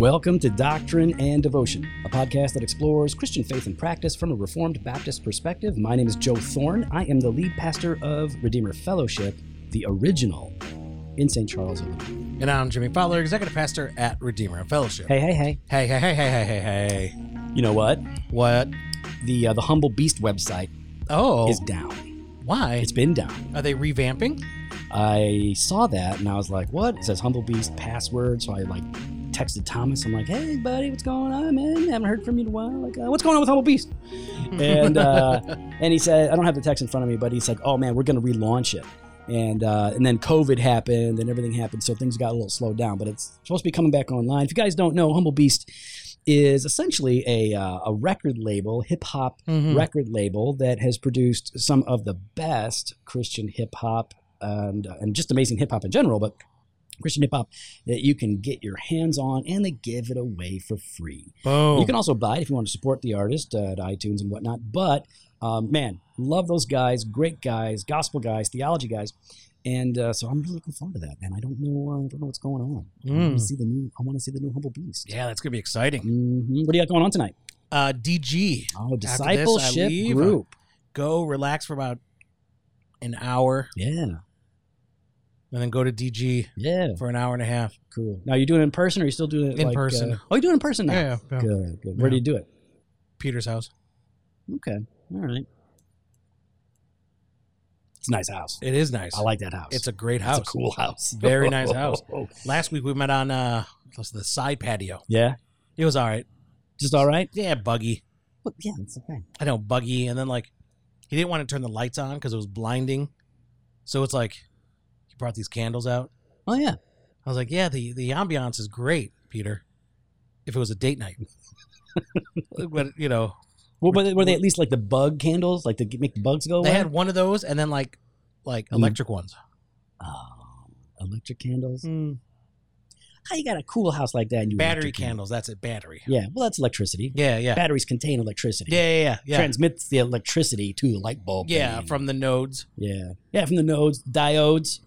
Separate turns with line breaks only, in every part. Welcome to Doctrine and Devotion, a podcast that explores Christian faith and practice from a Reformed Baptist perspective. My name is Joe Thorne. I am the lead pastor of Redeemer Fellowship, the original in St. Charles, Illinois.
And I'm Jimmy Fowler, executive pastor at Redeemer Fellowship.
Hey, hey, hey.
hey, hey, hey, hey, hey, hey. hey.
You know what?
What?
The uh, the Humble Beast website
Oh,
is down.
why?
It's been down.
Are they revamping?
I saw that and I was like, what? It says Humble Beast password. So I like texted Thomas. I'm like, hey, buddy, what's going on, man? Haven't heard from you in a while. Like, uh, what's going on with Humble Beast? And uh, and he said, I don't have the text in front of me, but he said, oh man, we're going to relaunch it. And uh, and then COVID happened and everything happened, so things got a little slowed down. But it's supposed to be coming back online. If you guys don't know, Humble Beast is essentially a uh, a record label, hip hop
Mhm.
record label that has produced some of the best Christian hip hop and and just amazing hip hop in general, but Christian hip hop that you can get your hands on, and they give it away for free.
Boom.
You can also buy it if you want to support the artist uh, at iTunes and whatnot. But um, man, love those guys, great guys, gospel guys, theology guys. And uh, so I'm really looking forward to that, and I don't know, uh, I don't know what's going on. I want
Mm.
to see the new, I want to see the new humble beast.
yeah, that's gonna be exciting.
Mhm. What do you got going on tonight?
Uh, DG,
Oh,
this, I
discipleship
leave.
group.
go relax for about an hour,
Yeah,
and then go to DG
yeah.
for an hour and a half.
Cool. Now you doing it in person, or you still doing it
In
like,
person.
uh, oh, you doing it in person now.
Yeah, yeah.
Good, good. Where do
Yeah.
you do it?
Peter's house.
Okay, all right. It's a nice house.
It is nice.
I like that house.
It's a great
It's
house.
a cool house.
Very nice house. Last week we met on uh what's the side patio.
Yeah,
It was all right.
just all right.
Yeah, buggy.
Well, yeah, it's okay.
I know buggy, and then like he didn't want to turn the lights on because it was blinding. So it's like he brought these candles out.
Oh yeah,
I was like, yeah, the the ambiance is great, Peter. If it was a date night, but you know,
well, but were they at least like the bug candles, like to get- make the bugs go away?
they had one of those, and then like like
Mm.
electric ones.
Oh, electric candles. How you got a cool house like that? And you
Hmm. Battery
electric candle?
candles. That's it. Battery.
Yeah, well, that's electricity.
Yeah, yeah, yeah,
Batteries contain electricity.
yeah, yeah, yeah.
Transmits the electricity to the light bulb.
yeah
thing.
from the nodes.
Yeah. Yeah, from the nodes, diodes.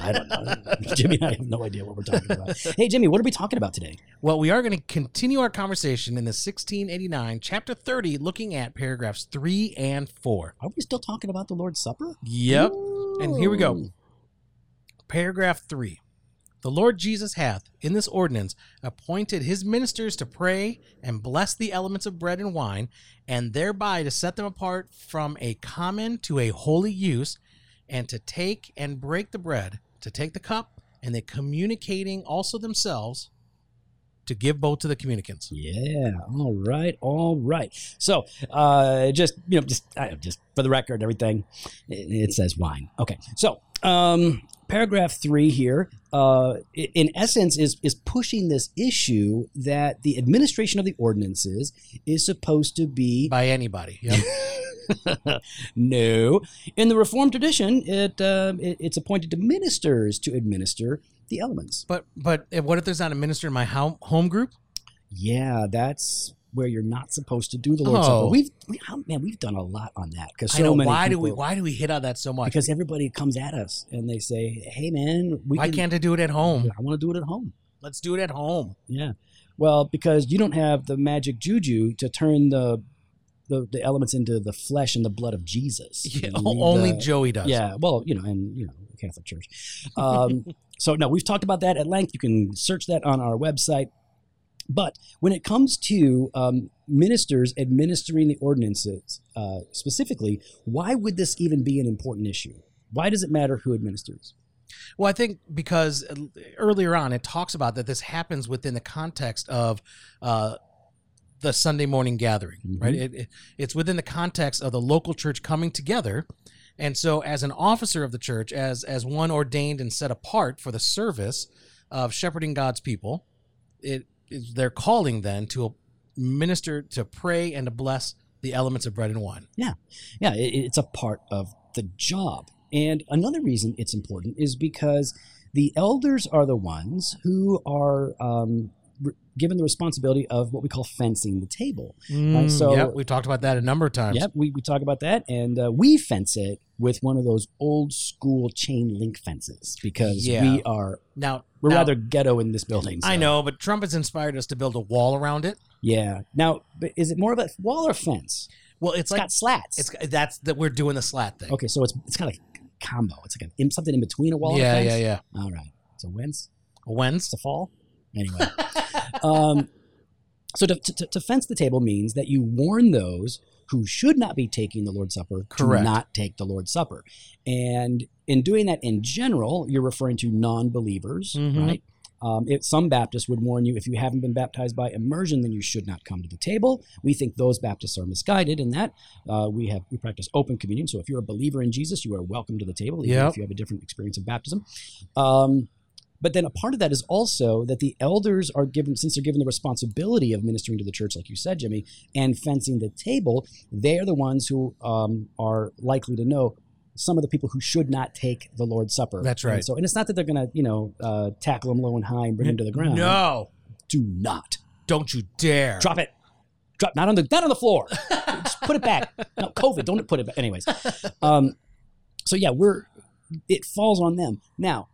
I don't know. Jimmy and I have no idea what we're talking about. Hey, Jimmy, what are we talking about today?
Well, we are going to continue our conversation in the 1689, chapter 30, looking at paragraphs three and four.
Are we still talking about the Lord's Supper?
Yep. And here we go. Paragraph 3. The Lord Jesus hath, in this ordinance, appointed his ministers to pray and bless the elements of bread and wine, and thereby to set them apart from a common to a holy use, and to take and break the bread, to take the cup, and they communicating also themselves to give both to the communicants.
Yeah. All right. All right. So, uh, just you know, just I, just for the record, everything it, it says wine. Okay. So, um, paragraph three here, uh, i- in essence, is is pushing this issue that the administration of the ordinances is supposed to be
By anybody. Yep.
no. In the Reformed tradition, it, uh, it it's appointed to ministers to administer the elements.
but but what if there's not a minister in my home, home group?
Yeah, that's where you're not supposed to do the Lord's Supper.
Oh.
We've we, oh, man, we've done a lot on that because so
I know
many
why
people,
do we why do we hit on that so much?
because everybody comes at us and they say, "Hey, man, we
why
can,
can't I do it at home?
I want to do it at home."
Let's do it at home.
Yeah. Well, because you don't have the magic juju to turn the the, the elements into the flesh and the blood of Jesus.
Yeah,
You need
only
the-
Joey does.
Yeah, well, you know, and you know, the Catholic Church. Um, so no, we've talked about that at length. You can search that on our website. But when it comes to um, ministers administering the ordinances uh, specifically, why would this even be an important issue? Why does it matter who administers?
Well, I think because uh, earlier on it talks about that this happens within the context of uh, the Sunday morning gathering,
Mhm.
right? It, it, it's within the context of the local church coming together. And so, as an officer of the church, as as one ordained and set apart for the service of shepherding God's people, it is their calling then to minister, to pray, and to bless the elements of bread and wine.
Yeah, it, it's a part of the job. And another reason it's important is because the elders are the ones who are um, re- given the responsibility of what we call fencing the table.
Mm,
so-
yep, we've talked about that a number of times.
Yep, we, we talk about that, and uh, we fence it with one of those old school chain link fences because
Yeah.
we are
Now
we're
now-
rather ghetto in this building.
I
so-
know, but Trump has inspired us to build a wall around it.
Yeah. Now, but is it more of a wall or fence?
Well, it's
It's
like
got slats.
it's that's that we're doing the slat thing.
okay, so it's it's kind of like a combo. It's like a, something in between a wall.
yeah,
and a
yeah,
fence.
yeah.
All right. So when's
When's
it's the fall anyway. um, so to, to, to fence the table means that you warn those who should not be taking the Lord's Supper
Correct.
to not take the Lord's Supper. And in doing that in general, you're referring to non believers,
Mhm.
right? Um, if some Baptists would warn you if you haven't been baptized by immersion, then you should not come to the table. We think those Baptists are misguided in that uh, we have we practice open communion. So if you're a believer in Jesus, you are welcome to the table, even
Yep.
if you have a different experience of baptism. Um, but then a part of that is also that the elders are given, since they're given the responsibility of ministering to the church, like you said, Jimmy, and fencing the table, they are the ones who um, are likely to know some of the people who should not take the Lord's Supper.
That's
And
right.
so, and it's not that they're going to, you know, uh, tackle them low and high and bring them to the ground.
No,
Do not
don't you dare.
drop it. Drop not on the not on the floor. Just put it back. No, COVID. Don't put it back. Anyways, um, so yeah, we're it falls on them now.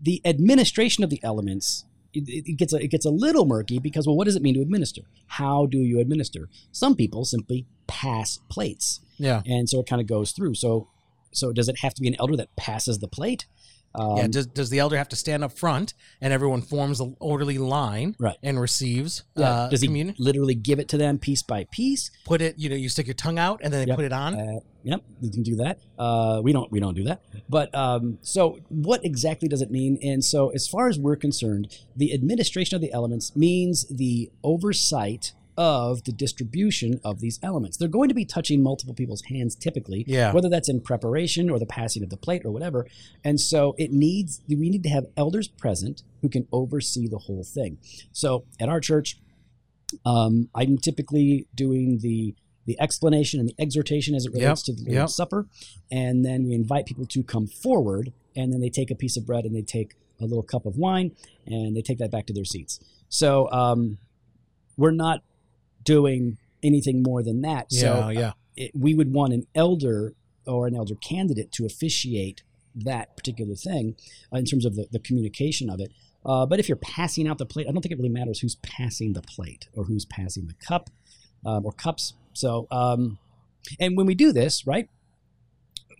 The administration of the elements it, it it gets a, it gets a little murky because well, what does it mean to administer? How do you administer? Some people simply pass plates,
Yeah,
and so it kind of goes through. So so does it have to be an elder that passes the plate? Um,
yeah. Does does the elder have to stand up front and everyone forms an orderly line
Right.
and receives
yeah,
uh,
does he
communion?
literally give it to them piece by piece?
Put it. You know, you stick your tongue out and then they
Yep.
put it on.
Uh, yep, we can do that. Uh, we don't we don't do that. But um, so, what exactly does it mean? And so, as far as we're concerned, the administration of the elements means the oversight of the distribution of these elements. They're going to be touching multiple people's hands typically,
Yeah.
whether that's in preparation or the passing of the plate or whatever. And so, it needs we need to have elders present who can oversee the whole thing. So, at our church, um, I'm typically doing the the explanation and the exhortation as it
Yep,
relates to the Lord's
yep.
Supper, and then we invite people to come forward, and then they take a piece of bread and they take a little cup of wine, and they take that back to their seats. So um, we're not doing anything more than that.
yeah,
So uh,
yeah.
it, we would want an elder or an elder candidate to officiate that particular thing uh, in terms of the, the communication of it. Uh, but if you're passing out the plate, I don't think it really matters who's passing the plate or who's passing the cup um, or cups. So, um, and when we do this, right,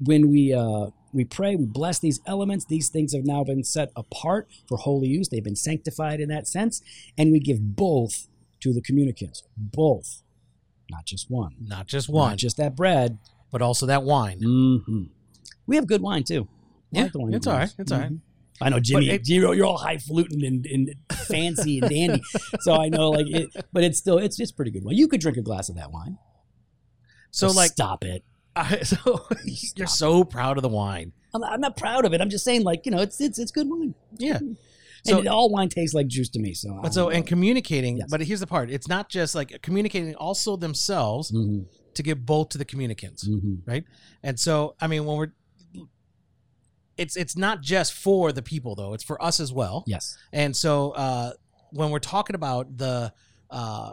when we uh, we pray, we bless these elements. These things have now been set apart for holy use. They've been sanctified in that sense, and we give both to the communicants, both, not just one.
Not just one,
Not just that bread.
but also that wine.
hmm We have good wine too. I
Mm-hmm. Yeah,
like the wine
it's
we
all
use.
right, it's all right.
Mhm. I know, Jimmy.
it-
you're, you're all highfalutin and, and fancy and dandy, so I know, like, it, but it's still it's it's pretty good wine. You could drink a glass of that wine.
So
Just
like,
stop it.
I, so you're
Stop.
so proud of the wine.
I'm not, I'm not proud of it. I'm just saying, like, you know, it's it's it's good wine.
Yeah.
So
So-
and all wine tastes like juice to me. So, I
But so and communicating.
Yes.
But here's the part. It's not just like communicating also themselves
Mhm,
to give both to the communicants.
mhm.
And so, I mean, when we're it's it's not just for the people though; it's for us as well.
yes,
And so, uh, when we're talking about the uh,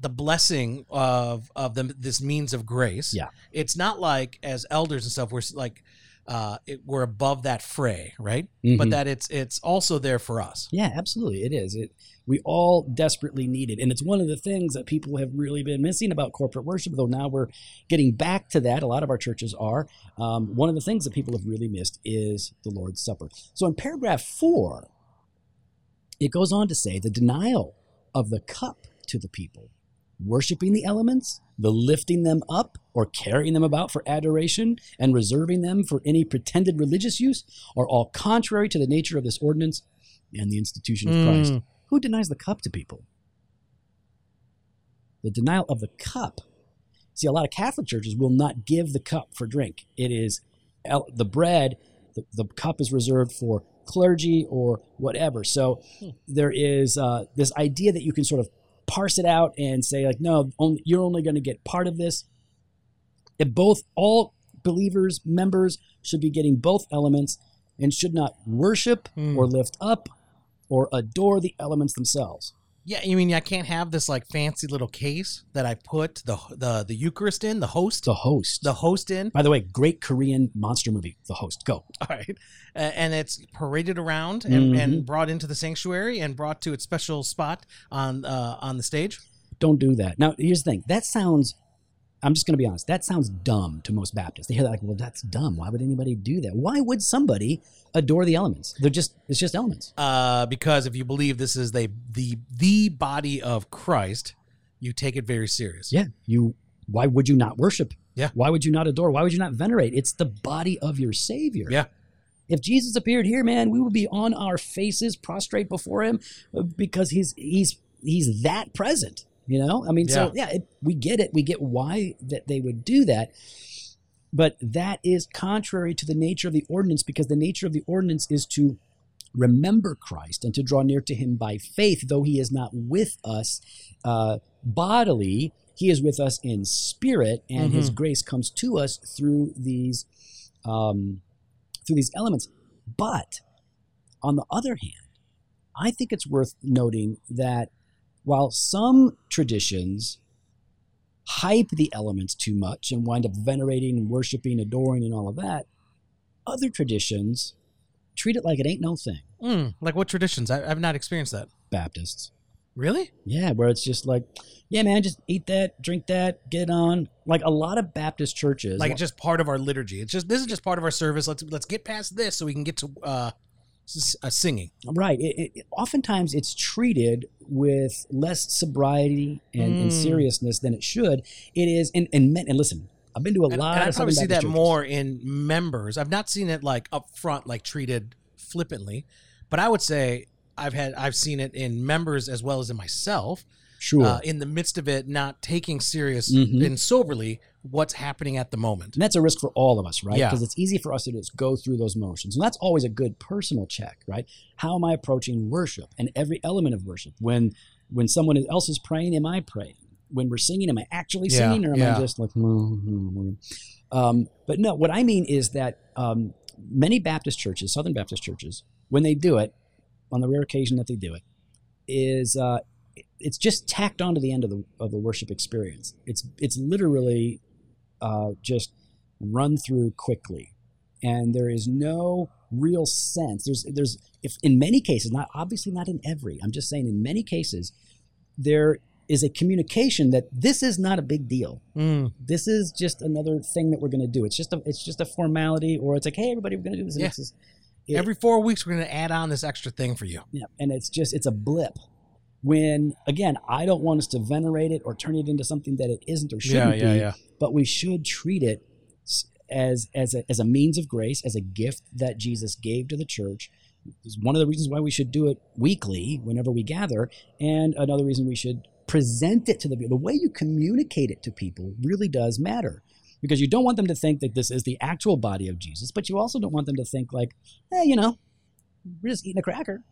the blessing of of the, this means of grace,
Yeah.
it's not like as elders and stuff we're s- like uh, it, we're above that fray, right? But
Mhm.
that it's it's also there for us.
yeah, absolutely, it is. It we all desperately need it, and it's one of the things that people have really been missing about corporate worship. Though now we're getting back to that. A lot of our churches are. Um, one of the things that people have really missed is the Lord's Supper. So in paragraph four, it goes on to say the denial of the cup to the people, worshiping the elements, the lifting them up or carrying them about for adoration, and reserving them for any pretended religious use are all contrary to the nature of this ordinance and the institution of Christ.
Mm.
Who denies the cup to people? The denial of the cup. See, a lot of Catholic churches will not give the cup for drink. It is el- the bread, the, the cup is reserved for clergy or whatever. So there is uh, this idea that you can sort of parse it out and say, like, no, only, you're only going to get part of this. If both, all believers, members should be getting both elements and should not worship
Mm.
or lift up or adore the elements themselves.
Yeah, you mean I can't have this like fancy little case that I put the the the Eucharist in, the host,
The host.
the host in.
By the way, great Korean monster movie, The Host. Go.
All right, uh, and it's paraded around and,
Mhm.
and brought into the sanctuary and brought to its special spot on uh, on the stage.
Don't do that. Now, here's the thing. That sounds, I'm just going to be honest, that sounds dumb to most Baptists. They hear that like, well, that's dumb. Why would anybody do that? Why would somebody adore the elements? They're just, it's just elements.
Uh, because if you believe this is the the the body of Christ, you take it very serious.
Yeah. You, why would you not worship?
Yeah.
Why would you not adore? Why would you not venerate? It's the body of your Savior.
Yeah.
If Jesus appeared here, man, we would be on our faces, prostrate before Him, uh, because He's He's He's that present. You know, I mean, so yeah, it, we get it. We get why that they would do that, but that is contrary to the nature of the ordinance, because the nature of the ordinance is to remember Christ and to draw near to Him by faith, though He is not with us uh, bodily. He is with us in spirit, and His grace comes to us through these um, through these elements. But on the other hand, I think it's worth noting that while some traditions hype the elements too much and wind up venerating, worshiping, adoring, and all of that, other traditions treat it like it ain't no thing.
Mm, like what traditions? I, I've not experienced that.
Baptists.
Really?
Yeah, where it's just like, yeah, man, just eat that, drink that, get on. Like a lot of Baptist churches,
Like it's just part of our liturgy. It's just this is just part of our service. Let's let's get past this so we can get to uh, s- uh singing.
Right. It, it- it, oftentimes it's treated with less sobriety and, and
Mm.
seriousness than it should. It is, and and, men, and listen, I've been to a
And,
lot
and I
of
probably
Southern
see that
Baptist churches.
more in members. I've not seen it like up front, like treated flippantly, but I would say I've had I've seen it in members as well as in myself.
Sure.
Uh, in the midst of it, not taking serious
Mhm.
and soberly what's happening at the moment.
and that's a risk for all of us, right?
Yeah.
Because it's easy for us to just go through those motions. And that's always a good personal check, right? How am I approaching worship and every element of worship? When when someone else is praying, am I praying? When we're singing, am I actually
Yeah,
singing, or am
yeah.
I just like? "Mm, mm, mm." Um, but no, what I mean is that um, many Baptist churches, Southern Baptist churches, when they do it, on the rare occasion that they do it, is uh, it's just tacked on to the end of the of the worship experience. It's it's literally uh, just run through quickly, and there is no real sense. There's there's if in many cases, not obviously not in every. I'm just saying in many cases, there is a communication that this is not a big deal.
Mm.
This is just another thing that we're going to do. It's just a it's just a formality, or it's like hey everybody we're going to do this. And
Yeah.
it's just- it-
Every four weeks, we're going to add on this extra thing for you.
yeah, and it's just it's a blip. When again, I don't want us to venerate it or turn it into something that it isn't or shouldn't be. But we should treat it s- as as a, as a means of grace, as a gift that Jesus gave to the church. It's one of the reasons why we should do it weekly whenever we gather, and another reason we should present it to the people. The way you communicate it to people really does matter. Because you don't want them to think that this is the actual body of Jesus, but you also don't want them to think like, hey, you know, we're just eating a cracker.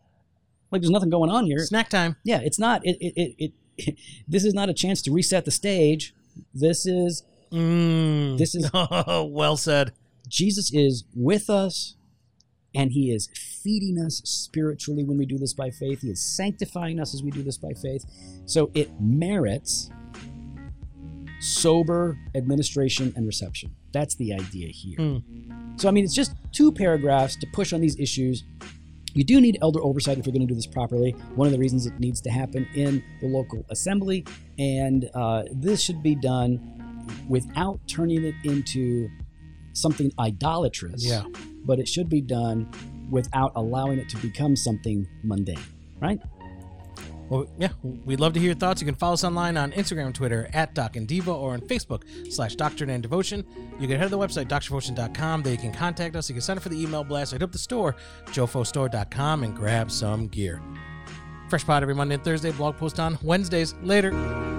Like there's nothing going on here
Snack time.
yeah it's not it it, it, it this is not a chance to reset the stage this is
Mm.
This is-
well said.
jesus is with us and he is feeding us spiritually when we do this by faith he is sanctifying us as we do this by faith so it merits sober administration and reception that's the idea here
Hmm.
so i mean it's just two paragraphs to push on these issues You do need elder oversight if you're going to do this properly. One of the reasons it needs to happen in the local assembly, and uh, this should be done without turning it into something idolatrous.
Yeah.
But it should be done without allowing it to become something mundane. Right?
Well, yeah, we'd love to hear your thoughts. You can follow us online on Instagram, Twitter, at Doc and Diva, or on Facebook, slash Doctrine and Devotion. You can head to the website, DoctrineDevotion.com. There you can contact us. You can sign up for the email blast. Hit up the store, JofoStore.com, and grab some gear. Fresh pot every Monday and Thursday. Blog post on Wednesdays. Later.